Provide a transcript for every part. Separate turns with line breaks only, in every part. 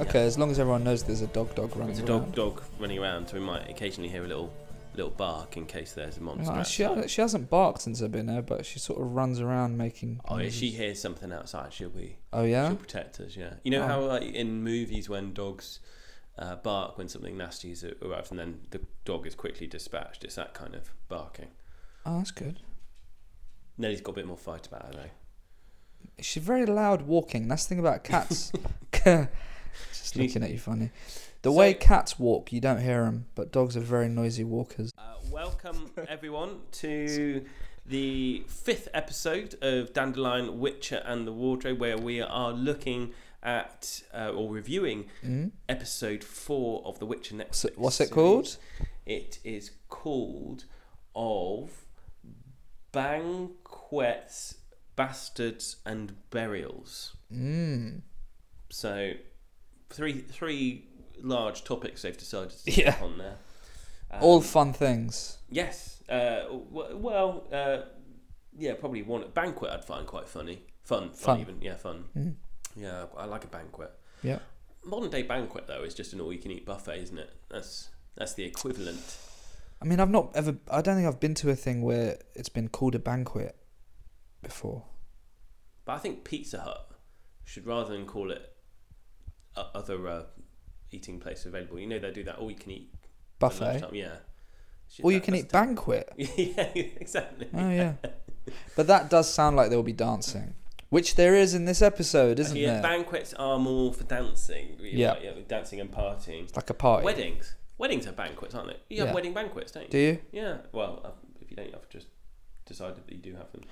Okay, as long as everyone knows there's a dog dog running
There's a
around.
dog dog running around, so we might occasionally hear a little little bark in case there's a monster.
Ah, she,
outside.
she hasn't barked since I've been there, but she sort of runs around making.
Oh, if she
noises.
hears something outside, she'll be
Oh yeah.
she'll protect us. Yeah, you know
Oh.
how like in movies when dogs uh, bark when something nasty has arrived, and then the dog is quickly dispatched. It's that kind of barking.
Oh, that's good.
Nelly's got a bit more fight about her though.
She's very loud walking. That's the thing about cats. Just
She-
looking at you funny. The
So-
way cats walk, you don't hear them, but dogs are very noisy walkers.
Uh, welcome everyone to the fifth episode of Dandelion Witcher and the Wardrobe, where we are looking at uh, or reviewing
Mm?
episode four of the Witcher Netflix.
So- what's it
series.
called?
It is called of banquets, bastards, and burials.
Mm.
So three three large topics they've decided to stick
Yeah.
on there. Um,
All fun things.
Yes. Uh, w- well, uh, yeah, probably one banquet I'd find quite funny. Fun, fun,
Fun.
even. Yeah, fun.
Mm.
Yeah, I like a banquet.
Yeah.
Modern day banquet though is just an all-you-can-eat buffet, isn't it? That's that's the equivalent.
I mean, I've not ever. I don't think I've been to a thing where it's been called a banquet before.
But I think Pizza Hut should rather than call it o- other uh, eating place available. You know they do that all-you-can-eat at
Buffet.
lunchtime, Yeah. Should-
Or you
that-
can eat
that's-
banquet.
yeah, exactly.
Oh yeah. but that does sound like there will be dancing, which there is in this episode, isn't
yeah,
there?
banquets are more for dancing. You're
Yeah.
right, yeah, dancing and partying.
like a party.
Weddings. Weddings are banquets, aren't they? You have
Yeah.
wedding banquets, don't you?
Do you?
yeah. Well, uh, if you don't, I've just decided that you do have them.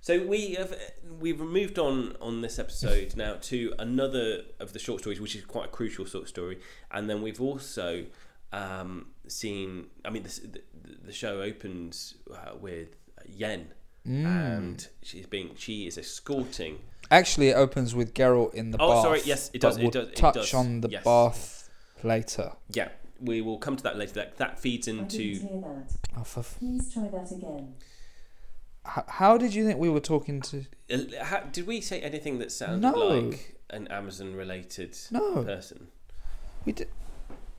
So we have we've moved on on this episode now to another of the short stories, which is quite a crucial sort of story, and then we've also um, seen. I mean, this, the, the show opens uh, with Yen,
Hmm.
and she's being she is escorting.
Mm. Actually, it opens with Geralt in the
Oh,
bath.
sorry, yes, it
but
does, it
We'll
does, it
touch
does,
on the
yes.
bath later.
Yeah, we will come to that later. That that feeds
I didn't
into
hear that.
Oh, for f-
Please try that again.
h- how did you think we were talking to?
Uh, how, did we say anything that sounded
No.
like an Amazon related
No,
person?
we did.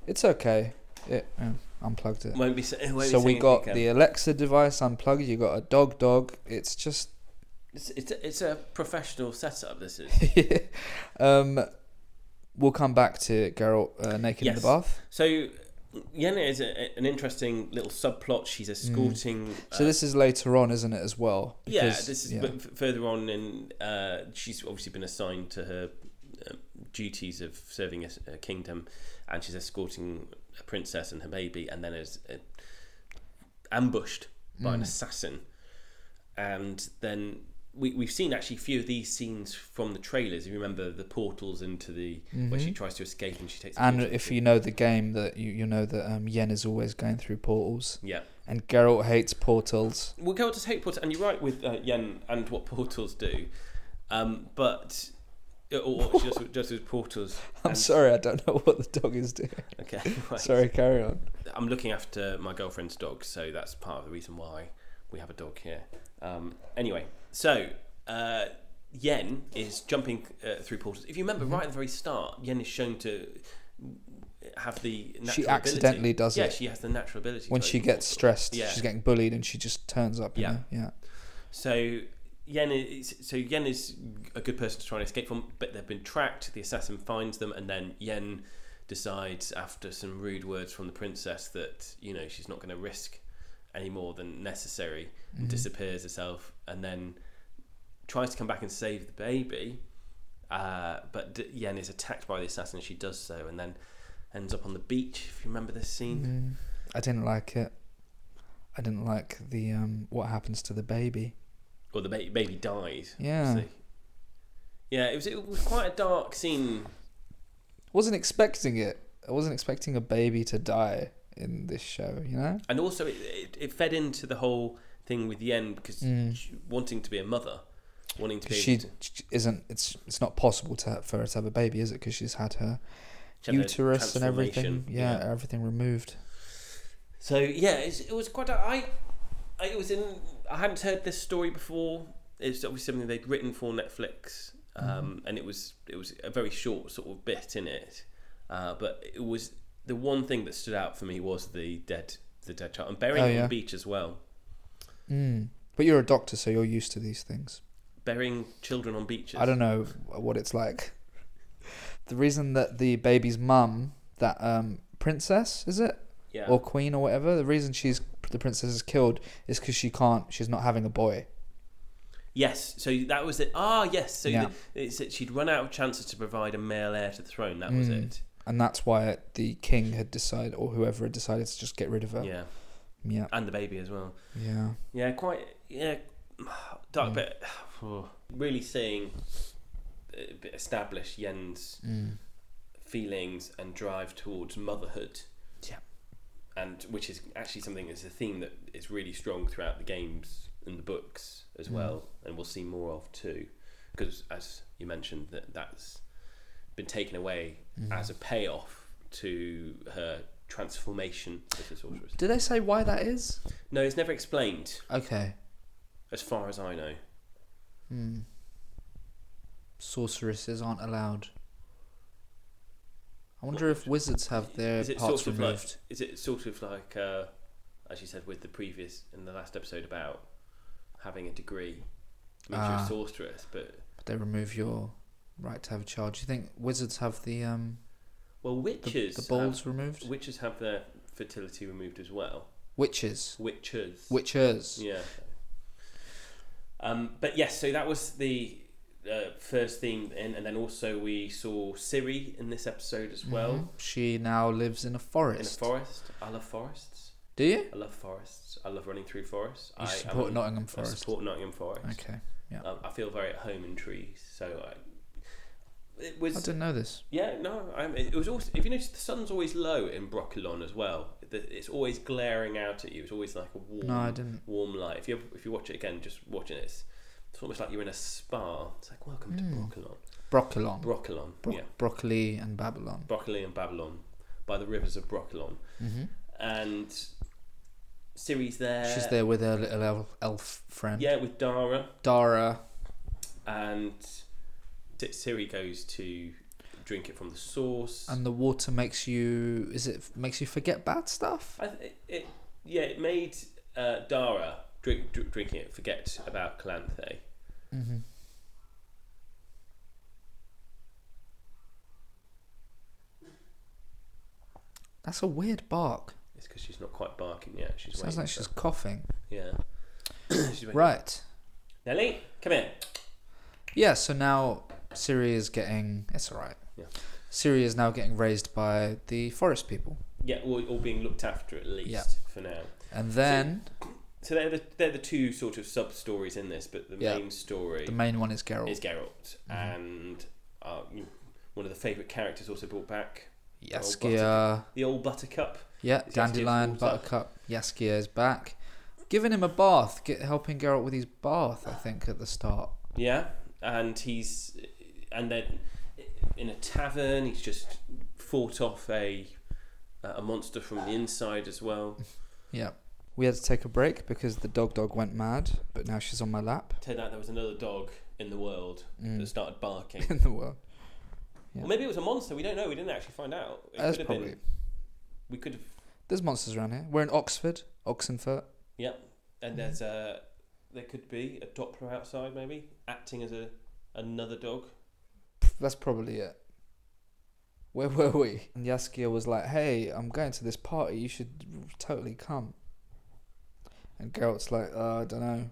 It's okay. It yeah, unplugged it.
Won't be, sa- won't be
so we
saying
got
anything,
the Alexa device unplugged. You got a dog. Dog. It's just.
um, It's, it's, a, it's a professional setup. This is
um, we'll come back to Geralt uh, naked in
Yes.
the bath.
so. Yenna is a, a- an interesting little subplot. She's escorting.
So
uh,
this is later on, isn't it, as well?
yeah,
Because-
this is
yeah.
but f- further on, and uh, she's obviously been assigned to her uh, duties of serving a, s- a kingdom, and she's escorting a princess and her baby, and then is uh, ambushed by
Mm.
an assassin. And then we, we've seen actually a few of these scenes from the trailers. If you remember the portals into the where she tries to escape and she takes. the
Mm-hmm. And
portal
if
through.
you know the game, that you you know that um, Yen is always going through portals,
yeah,
and Geralt hates portals.
we'll go on to take portals, and you're right with uh, Yen and what portals do, um, but or- or just just with portals.
I'm
and-
sorry, I don't know what the dog is doing.
Okay, right.
Sorry, carry on.
I'm looking after my girlfriend's dog, so that's part of the reason why we have a dog here. Um, anyway, so uh, Yen is jumping uh, through portals. If you remember,
Mm-hmm.
right at the very start, Yen is shown to have the natural
She
ability.
accidentally does
yeah,
it.
she has the natural ability to
When she
open
gets
portals.
stressed,
Yeah.
she's getting bullied, and she just turns up. Yeah,
Yeah.
yeah.
So Yen is so Yen is a good person to try and escape from, but they've been tracked. The assassin finds them, and then Yen decides, after some rude words from the princess, that you know she's not going to risk any more than necessary,
Mm-hmm.
and disappears herself, and then tries to come back and save the baby. Uh, but D- Yen is attacked by the assassin. She does so, and then ends up on the beach. If you remember this scene,
Mm. I didn't like it. I didn't like the um, what happens to the baby.
or the ba- baby dies.
Yeah,
See. Yeah, it was it was quite a dark scene.
wasn't expecting it. I wasn't expecting a baby to die in this show. You know.
and also it, it, it fed into the whole thing with Yen because
Mm.
she, wanting to be a mother, wanting to be
she
able to
she isn't. It's it's not possible to for her to have a baby, is it? Because she's had her
she had a
uterus and everything.
transformation,
Yeah, everything removed.
So yeah, it's, it was quite. A, I, I it was in. I hadn't heard this story before. It's obviously something they'd written for Netflix,
Mm-hmm.
um, and it was it was a very short sort of bit in it, uh, but it was the one thing that stood out for me was the dead the dead child and burying
Oh,
it on
yeah.
the beach as well.
Mm. But you're a doctor, so you're used to these things.
Burying children on beaches.
I don't know what it's like. The reason that the baby's mum, that um, princess, is it?
Yeah.
Or queen or whatever, the reason she's the princess is killed is because she can't, she's not having a boy.
Yes, so that was it. Ah, yes. So
Yeah.
the, it's that she'd run out of chances to provide a male heir to the throne. That was
Mm.
it.
And that's why the king had decided, or whoever had decided to just get rid of her.
Yeah,
Yeah.
and the baby as well.
Yeah.
Yeah, quite. Yeah, dark,
Mm.
but oh, really seeing uh, establish Yen's
Mm.
feelings and drive towards motherhood.
Yeah.
and which is actually something that's a theme that is really strong throughout the games and the books as
Mm.
well, and we'll see more of too, because as you mentioned, that that's been taken away
Mm.
as a payoff to her transformation into sorceress.
Do they say why that is?
No, it's never explained,
Okay.
as far as I know.
Hmm. Sorceresses aren't allowed. I wonder if wizards have their
Is it
parts
sort of like-
removed.
Is it sort of like, uh, as you said with the previous in the last episode about having a degree, means you're
Ah.
a sorceress, but
They remove your right to have a child. Do you think wizards have the um
well,
the,
witches
the
have-
balls removed?
Witches have their fertility removed as well.
Witches.
Witches.
Witchers.
Yeah. Um, but yes, so that was the uh, first theme, in, and then also we saw Siri in this episode as well
Mhm. she now lives in a
in a
forest.
forest. I love forests.
Do you? You
I love forests. I love running through forests. I am
support
a-
Nottingham
I
Forest.
support Nottingham Forest.
Okay.
Um, I feel very at home in trees. So I, it
I
was
didn't know this.
Yeah, no, I mean, it was also. If you notice, the sun's always low in Broccolon as well. The- It's always glaring out at you. It's always like a warm,
No, I didn't.
warm light. If you if you watch it again, just watching it, it's, it's almost like you're in a spa. It's like welcome
Mm.
to Broccolon.
Broccolon.
Broccolon,
Bro-
yeah,
Broccoli and Babylon.
Broccoli and Babylon, by the rivers of Broccolon,
hmm
and Siri's there.
She's there with her little elf, elf friend.
Yeah, with Dara,
Dara.
and T- Siri goes to drink it from the source.
And the water makes you is it makes you forget bad stuff?
I th- it, it, yeah, it made uh, Dara drink, dr- drinking it forget about Calanthe.
Mm-hmm. That's a weird bark.
It's because she's not quite barking yet. She's
Sounds
waiting
like
for-
she's coughing.
yeah. she's waiting.
Right.
Nelly, come here.
Yeah, so now Siri is getting it's alright.
Yeah.
Siri is now getting raised by the forest people.
Yeah, all, all being looked after at least
Yeah.
for now.
And then
So they're the, they're the two sort of sub stories in this, but the
Yeah.
main story
the main Mm-hmm. one is Geralt.
is Geralt and uh, one of the favourite characters also brought back
Yaskia.
the old Buttercup.
Yeah,
Is Yaskia's
dandelion,
water.
buttercup, Yaskia is back. Giving him a bath, get, helping Geralt with his bath, I think, at the start.
Yeah, and he's and then in a tavern, he's just fought off a uh, a monster from the inside as well.
Yeah. We had to take a break because the dog dog went mad, but now she's on my lap.
Turned out there was another dog in the world
Mm.
that started barking.
In the world. Yeah.
Or maybe it was a monster. We don't know. We didn't actually find out. It
That's
could have
probably.
been. We could have.
There's monsters around here. We're in Oxford, Oxenfurt. Hmm.
And there's a. There could be a Doppler outside, maybe acting as a another dog.
That's probably it. Where were we? And Yaskia was like, hey, I'm going to this party. You should totally come. And Geralt's like, uh, I don't know.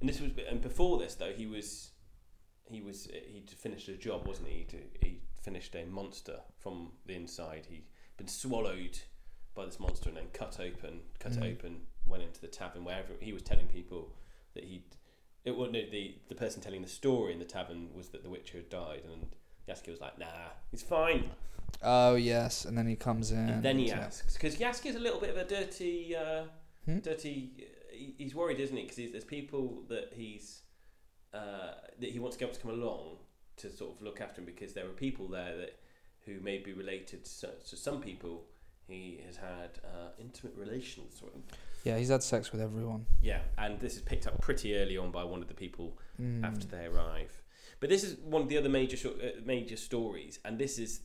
And this was and before this though he was he was he'd finished a job wasn't he He'd- he finished a monster from the inside he'd been swallowed by this monster and then cut open cut
Mhm.
open went into the tavern where every, he was telling people that he'd it wasn't the the person telling the story in the tavern was that the witcher had died and Yaski was like nah he's fine
Oh, yes. And then he comes in.
and then he
yeah.
asks because Yaski's a little bit of a dirty uh,
Hmm?
dirty. he- He's worried, isn't he? Because there's people that he's uh, that he wants Geralt to come along to sort of look after him because there are people there that who may be related to, to some people he has had uh, intimate relations with.
Yeah, he's had sex with everyone.
Yeah, and this is picked up pretty early on by one of the people
Mm.
after they arrive. But this is one of the other major short, uh, major stories, and this is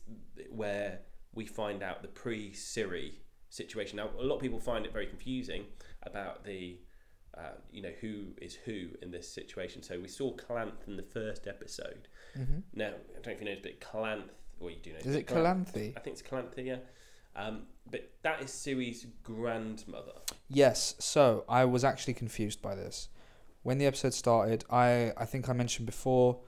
where we find out the pre-Siri situation. Now, a lot of people find it very confusing about the, uh, you know, who is who in this situation. So we saw Calanth in the first episode.
hmm
Now, I don't know if you know, but Calanth, well, you do know.
Is
but
it Calanthe?
I think it's Calanth, yeah. Um, but that is Siri's grandmother.
Yes. So I was actually confused by this. When the episode started, I I think I mentioned before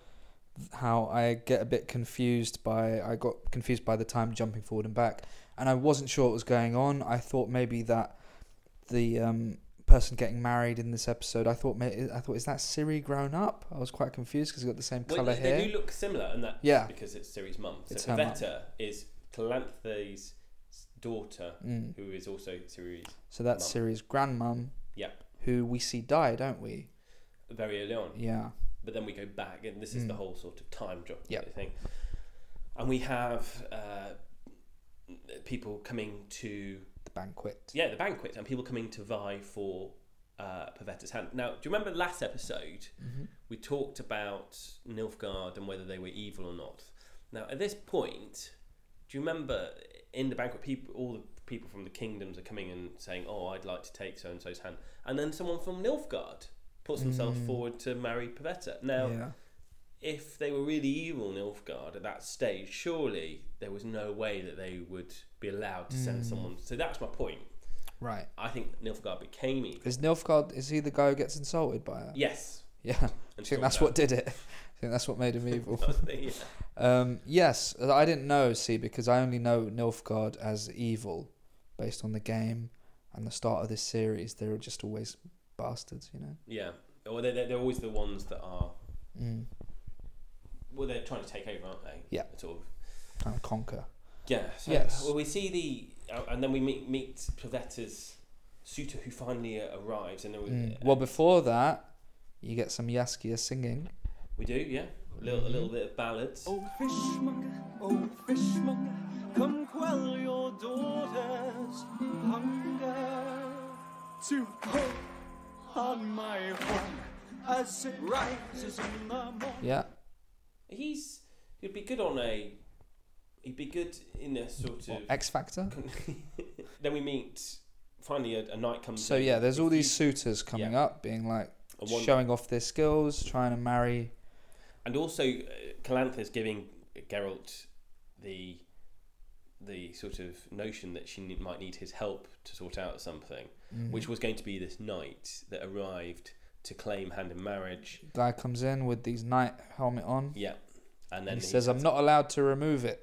how I get a bit confused by I got confused by the time jumping forward and back, and I wasn't sure what was going on. I thought maybe that the um, person getting married in this episode, I thought may, I thought is that Siri grown up? I was quite confused because he got the same
Well,
color
they,
hair.
they do look similar, and that
Yeah.
because it's Siri's mum. So
It's her mum.
Veta is Calanthe's daughter,
Mm.
who is also Siri's
So that's
Mum.
Siri's grandmum.
Yeah.
Who we see die, don't we?
very early on.
Yeah.
But then we go back, and this is the
Mm.
whole sort of time drop
Yep.
thing. And we have uh, people coming to
The banquet.
yeah the banquet, and people coming to vie for uh, Pavetta's hand. Now, do you remember last episode
hmm
we talked about Nilfgaard and whether they were evil or not? Now, at this point, do you remember in the banquet, people, all the people from the kingdoms are coming and saying, "Oh, I'd like to take so and so's hand," and then someone from Nilfgaard puts themselves
Mm.
forward to marry Pavetta. Now.
yeah.
if they were really evil Nilfgaard at that stage, surely there was no way that they would be allowed to send
Mm.
someone. So that's my point.
Right.
I think Nilfgaard became evil.
Is Nilfgaard? Is he the guy who gets insulted by her?
Yes.
Yeah. I
And
think that's what did it. I think that's what made him evil.
yeah.
um, yes, I didn't know. See, because I only know Nilfgaard as evil, based on the game and the start of this series. They were just always bastards, you know.
yeah. Or they're, they're, they're always the ones that are.
Mm.
Well, they're trying to take over, aren't they?
Yeah.
Sort of.
And conquer.
Yeah. So,
Yes.
Well, we see the. Uh, and then we meet, meet Pavetta's suitor who finally uh, arrives. And then we,
Mm. Well, before that, you get some Yaskia singing.
we do, yeah. A little, a little
mm-hmm.
bit of ballads.
Oh fishmonger, oh fishmonger, come quell your daughter's hunger. To cook on my horn as it rises in the morning.
Yeah.
He's he'd be good on a he'd be good in a sort of.
X Factor.
then we meet finally a, a night comes.
So
in.
yeah, there's all
If you-
these suitors coming up, being like
a one-
showing off their skills, trying to marry.
and also uh, Calantha's giving Geralt the the sort of notion that she ne- might need his help to sort out something,
Mm.
which was going to be this knight that arrived to claim hand in marriage.
guy comes in with these knight helmet on.
Yeah, and
And
then
he, says, uh, "I'm not allowed to remove it."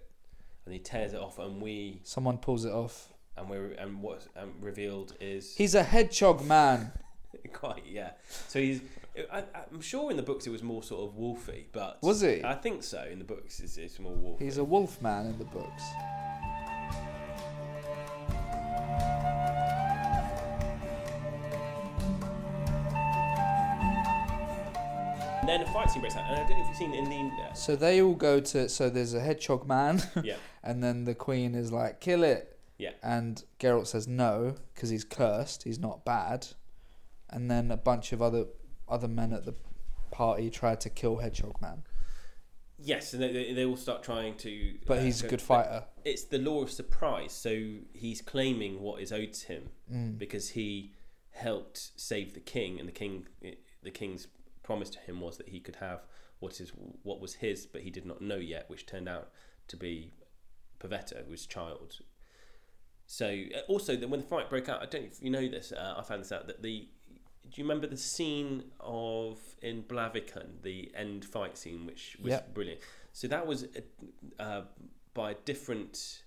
and he tears it off, and we
Someone pulls it off.
and we are and what um, revealed is
He's a hedgehog man.
Quite, yeah. So he's. I, I'm sure in the books it was more sort of wolfy, but
Was he?
I think so. In the books, it's, it's more wolfy.
He's a wolf man in the books.
and then a fight scene breaks out, and I don't know if you've seen in the. Uh,
So they all go to. So there's a hedgehog man,
yeah,
and then the queen is like, "Kill it."
Yeah.
And Geralt says no because he's cursed. He's not bad. And then a bunch of other other men at the party try to kill hedgehog man,
yes, and they- they, they all start trying to.
but
uh,
he's a
go-
good
but
fighter.
It's the law of surprise. So he's claiming what is owed to him
Mm.
because he helped save the king, and the king, the king's promise to him was that he could have what is what was his, but he did not know yet, which turned out to be Pavetta, whose child. So uh, also that when the fight broke out, I don't know if you know this. Uh, I found this out that the. Do you remember the scene of in Blaviken, the end fight scene, which was
Yep.
brilliant? So that was uh, uh, by a different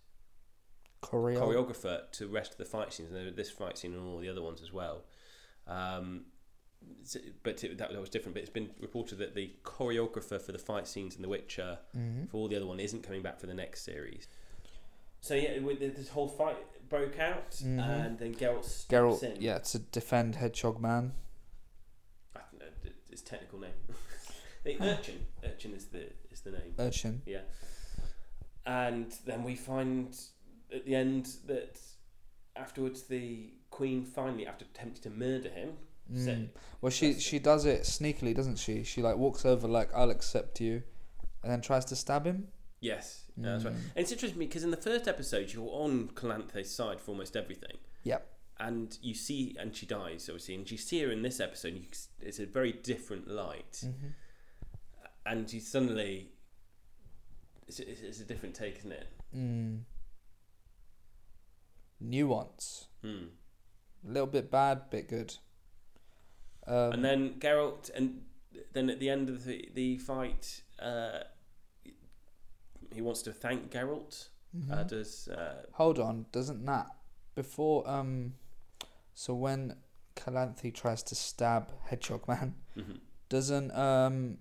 Choreo.
choreographer to the rest of the fight scenes, and there was this fight scene and all the other ones as well. Um, s- but it, that, that was different. But it's been reported that the choreographer for the fight scenes in The Witcher
Mhm.
for all the other one isn't coming back for the next series. So yeah, with the, this whole fight broke out,
Mhm.
and then Geralt steps
Geralt,
in.
yeah, to defend hedgehog man.
I don't know th- its technical name. the urchin, urchin is the is the name.
Urchin.
Yeah. And then we find at the end that afterwards the queen finally, after attempting to murder him,
Mm.
Send-
Well, she
That's
she
it.
does it sneakily, doesn't she? She like walks over like I'll accept you, and then tries to stab him.
Yes, no, that's right.
Mm.
And it's interesting because in the first episode, you're on Calanthe's side for almost everything.
Yep.
And you see, and she dies, obviously, and you see her in this episode, and you, s- it's a very different light.
Mhm.
And you suddenly. It's, it's, it's a different take, isn't it?
Mm. Nuance,
Hmm.
a little bit bad, bit good. Um,
and then Geralt, and then at the end of the, the fight, uh, he wants to thank Geralt. Uh,
Mhm.
does uh,
hold on, doesn't that before um, so when Calanthe tries to stab Hedgehog Man,
mhm.
doesn't um,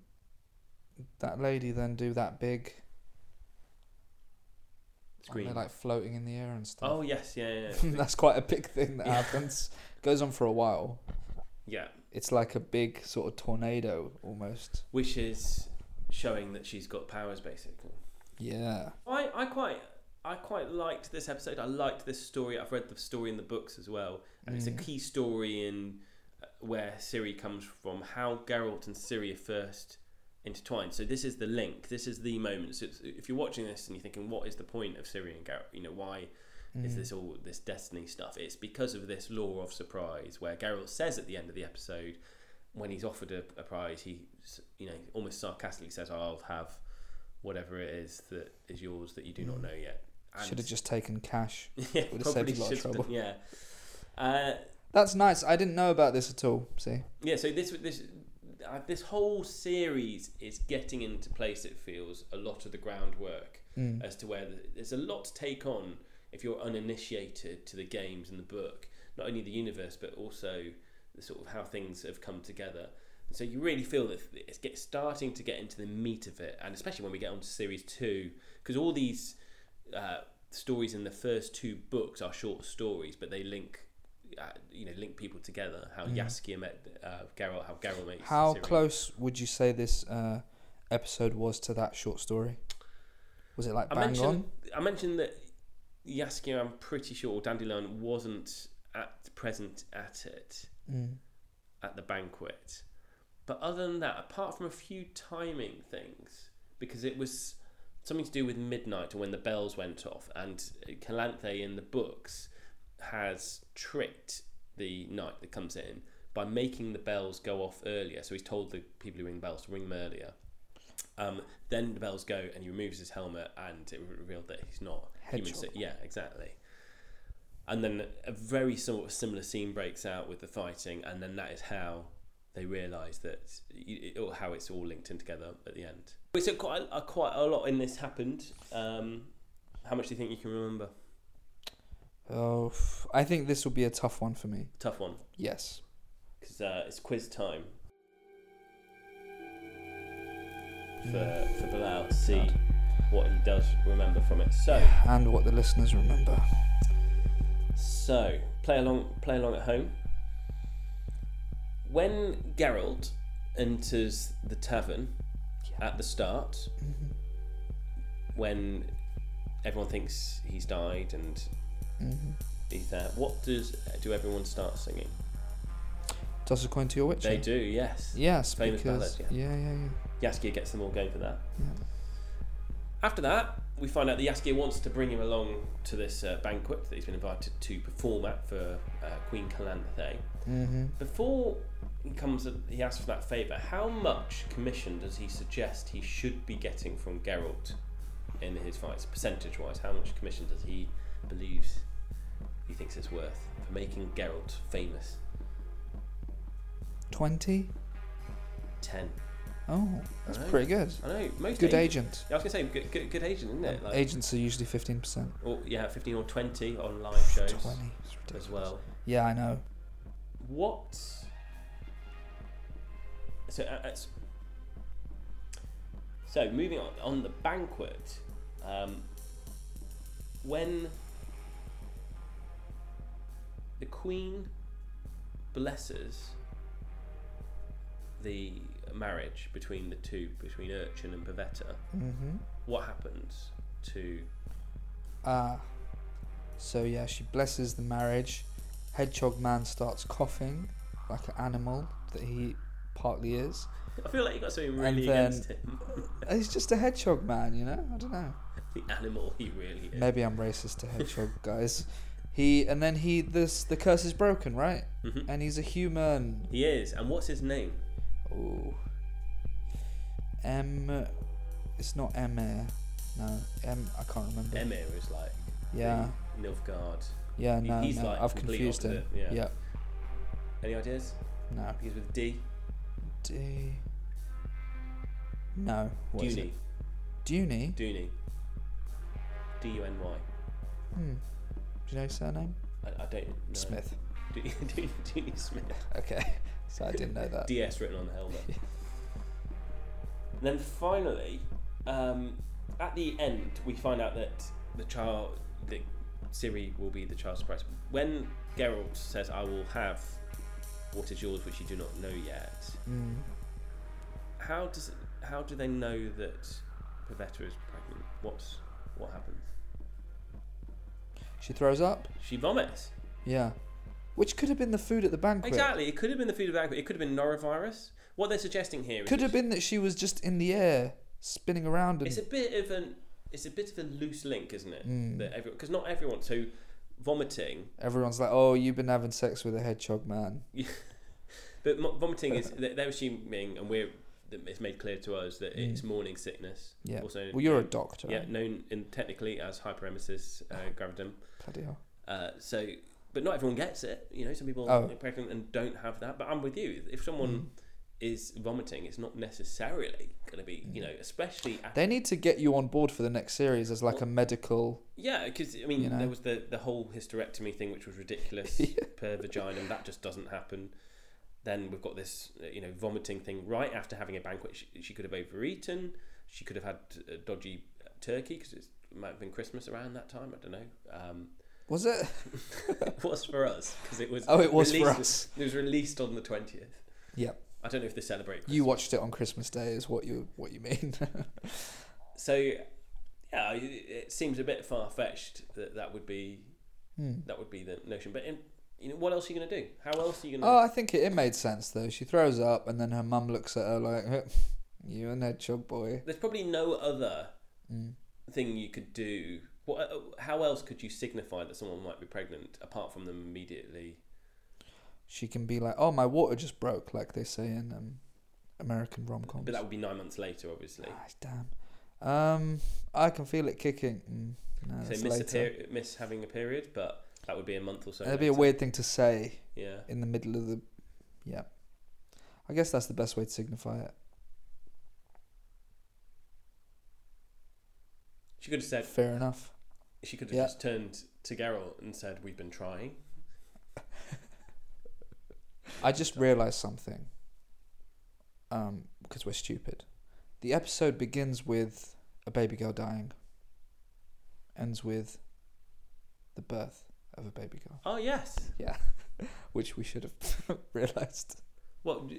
that lady then do that big? Aren't
Scream.
they like floating in the air and stuff?
oh yes, yeah, yeah, yeah.
That's quite a big thing that
Yeah.
happens. Goes on for a while.
yeah.
It's like a big sort of tornado almost.
Which is showing that she's got powers, basically.
Yeah.
I, I quite I quite liked this episode. I liked this story. I've read the story in the books as well, and it's a
Mm.
key story in uh, where Ciri comes from, how Geralt and Ciri are first intertwined. So this is the link. This is the moment. So it's, if you're watching this and you're thinking, what is the point of Ciri and Geralt? You know, why is
Mm.
this all this destiny stuff? It's because of this law of surprise, where Geralt says at the end of the episode, when he's offered a, a prize, he s- you know almost sarcastically says, "I'll have whatever it is that is yours that you do not know yet." And-
Should have Mm. just taken cash.
yeah,
would have saved
probably
a lot of
should've done-
trouble.
Yeah. Uh,
That's nice. I didn't know about this at all. See?
yeah. So this this. Uh, this whole series is getting into place. It feels a lot of the groundwork
Mm.
as to where the, there's a lot to take on if you're uninitiated to the games and the book, not only the universe but also the sort of how things have come together. And so you really feel that it's get, starting to get into the meat of it, and especially when we get on to series two, because all these uh, stories in the first two books are short stories, but they link. Uh, you know, link people together. How
Mm.
Yaskia met uh, Geralt, how Geralt met
How
Ciri.
close would you say this uh, episode was to that short story? Was it like
I
bang on?
mentioned I mentioned that Yaskia, I'm pretty sure Dandelion wasn't at present at it
Mm.
at the banquet. But other than that, apart from a few timing things, because it was something to do with midnight or when the bells went off, and Calanthe in the books has tricked the knight that comes in by making the bells go off earlier. So he's told the people who ring bells to ring them earlier. Um, then the bells go, and he removes his helmet, and it was revealed that he's not human.
Hedgehog.
So, yeah, exactly. And then a very sort of similar scene breaks out with the fighting, and then that is how they realise that y- or how it's all linked in together at the end. So quite a, quite a lot in this happened. Um, how much do you think you can remember?
Oh, f- I think this will be a tough one for me.
Tough one
Yes.
because uh, it's quiz time for for Bilal to see
God.
what he does remember from it. So
And what the listeners remember.
so play along play along at home. When Geralt enters the tavern at the start,
Mm-hmm,
when everyone thinks he's died and
Mm-hmm.
he's there, what does do everyone start singing?
Toss a coin to your witcher.
They do, yes.
Yes,
Famous
because
ballad,
yeah, yeah, yeah.
Yaskia gets them all going for that.
yeah.
After that, we find out that Yaskia wants to bring him along to this uh, banquet that he's been invited to perform at for uh, Queen Calanthe.
Mm-hmm.
Before he comes, he asks for that favour. How much commission does he suggest he should be getting from Geralt in his fights, percentage-wise? How much commission does he believes he thinks it's worth for making Geralt famous?
Twenty.
Ten.
Oh, that's
Alright.
pretty good.
I know most
Good Um,
agents-
agent.
I was gonna say good, good, good agent, isn't it? Like,
Agents are usually fifteen percent.
or, yeah, fifteen or twenty on live shows
Twenty. It's ridiculous.
as well.
Yeah, I know.
What? So, uh, it's- so moving on on the banquet, um, when the queen blesses the marriage between the two, between Urchin and Pavetta,
Mm-hmm.
what happens to?
Ah. So yeah, she blesses the marriage. Hedgehog man starts coughing. like an animal that he partly is.
I feel like you got something really
then-
against him.
He's just a hedgehog man, you know. I don't know.
the animal he really is.
Maybe I'm racist to hedgehog guys. He and then he this the curse is broken, right?
Mhm.
And he's a human.
He is. And what's his name?
Ooh. M. It's not M. No, M. I can't remember.
Emir is like
yeah,
the Nilfgaard.
yeah.
he-
No,
he's
no.
like
I've
complete
confused him.
opposite, yeah.
yeah.
Any ideas?
No.
He's with D.
D. No. what is
Dooney.
it? Dooney.
Dooney. D U N Y.
Hmm. Do you know his surname?
I, I don't know.
Smith.
Do- Do- Dooney Smith.
Okay. So I didn't know that.
DS written on the helmet. and then finally, um, at the end, we find out that the child, that Siri will be the child surprise. When Geralt says, "I will have what is yours, which you do not know yet,"
Mm.
how does how do they know that Pavetta is pregnant? What's what happens?
She throws up.
She vomits.
Yeah. Which could have been the food at the banquet.
Exactly. It could have been the food of banquet. It could have been norovirus. What they're suggesting here is
Could
that
have been that she was just in the air, spinning around and
It's a bit of an it's a bit of a loose link, isn't it?
Mm.
That everyone because not everyone. So vomiting,
everyone's like, "Oh, you've been having sex with a hedgehog man."
but mo- vomiting is they- they're assuming, and we're that it's made clear to us that it's morning sickness.
Mm. Yeah.
Also,
Well, you're a Ah. doctor.
yeah, known in technically as hyperemesis uh, gravidum.
Bloody hell.
Uh, so, but not everyone gets it. You know, some people
Oh. Mm.
are pregnant and don't have that. But I'm with you. If someone is vomiting, it's not necessarily going to be. You know, especially after
Mm. They need to get you on board for the next series as like a medical.
Yeah, because I mean,
You know?
there was the the whole hysterectomy thing, which was ridiculous per vagina, and that just doesn't happen. Then we've got this, uh, you know, vomiting thing right after having a banquet. She, she could have overeaten. She could have had uh dodgy turkey because it might have been Christmas around that time. I don't know. Um,
Was it?
it was for us because it was.
Oh, it was for
released,
us.
It was released on the twentieth.
Yep.
I don't know if they celebrate. Christmas.
You watched it on Christmas Day, is what you what you mean?
so yeah, it- it seems a bit far fetched that that would be
Hmm.
that would be the notion. But in, you know, what else are you going to do? How else are you going to?
Oh, I think it, it made sense though. She throws up, and then her mum looks at her like, "Huh, "You an hedgehog boy."
There's probably no other
Mm.
thing you could do. What? uh, How else could you signify that someone might be pregnant apart from them immediately?
She can be like, "Oh, my water just broke," like they say in um, American rom coms.
But that would be nine months later, obviously.
Ah, damn. Um, I can feel it kicking. Mm, no, that's
so miss, a
later.
peri- miss having a period, but that would be a month or so.
It'd be a
later.
weird thing to say
Yeah.
in the middle of the. Yeah. I guess that's the best way to signify it.
She could have said.
Fair enough.
She could have
Yeah.
just turned to Geralt and said, "We've been trying."
I just realised something. Um, because we're stupid. The episode begins with a baby girl dying. Ends with the birth of a baby girl.
Oh yes.
Yeah. Which we should have realised.
Well,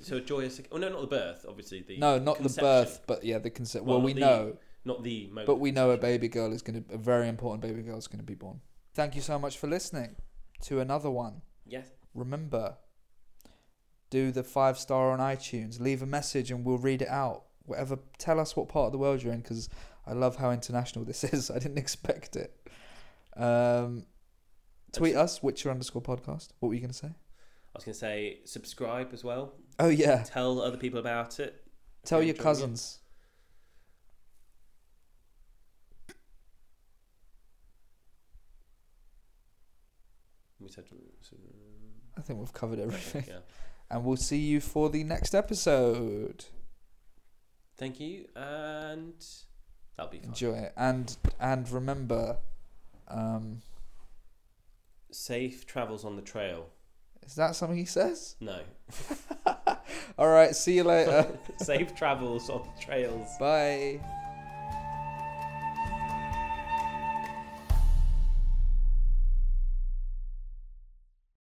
so a joyous. Oh no, not the birth. Obviously the.
No, not the
conception.
birth, but yeah, the concept.
Well,
Well,
not
we
the-
know.
Not the moment.
But we know a baby girl is going to, a very important baby girl is going to be born. Thank you so much for listening to another one.
Yes.
Remember, do the five star on iTunes, leave a message and we'll read it out. Whatever, tell us what part of the world you're in because I love how international this is. I didn't expect it. Um, tweet us, Witcher underscore podcast. What were you going to say?
I was going to say subscribe as well.
Oh, yeah.
Tell other people about it.
Tell your
enjoying it.
cousins.
We said,
I think we've covered everything.
yeah.
And we'll see you for the next episode.
Thank you, and that'll be fun.
enjoy it and and remember um
Safe travels on the trail.
is that something he says
No,
all right see you later
safe travels on the trails.
bye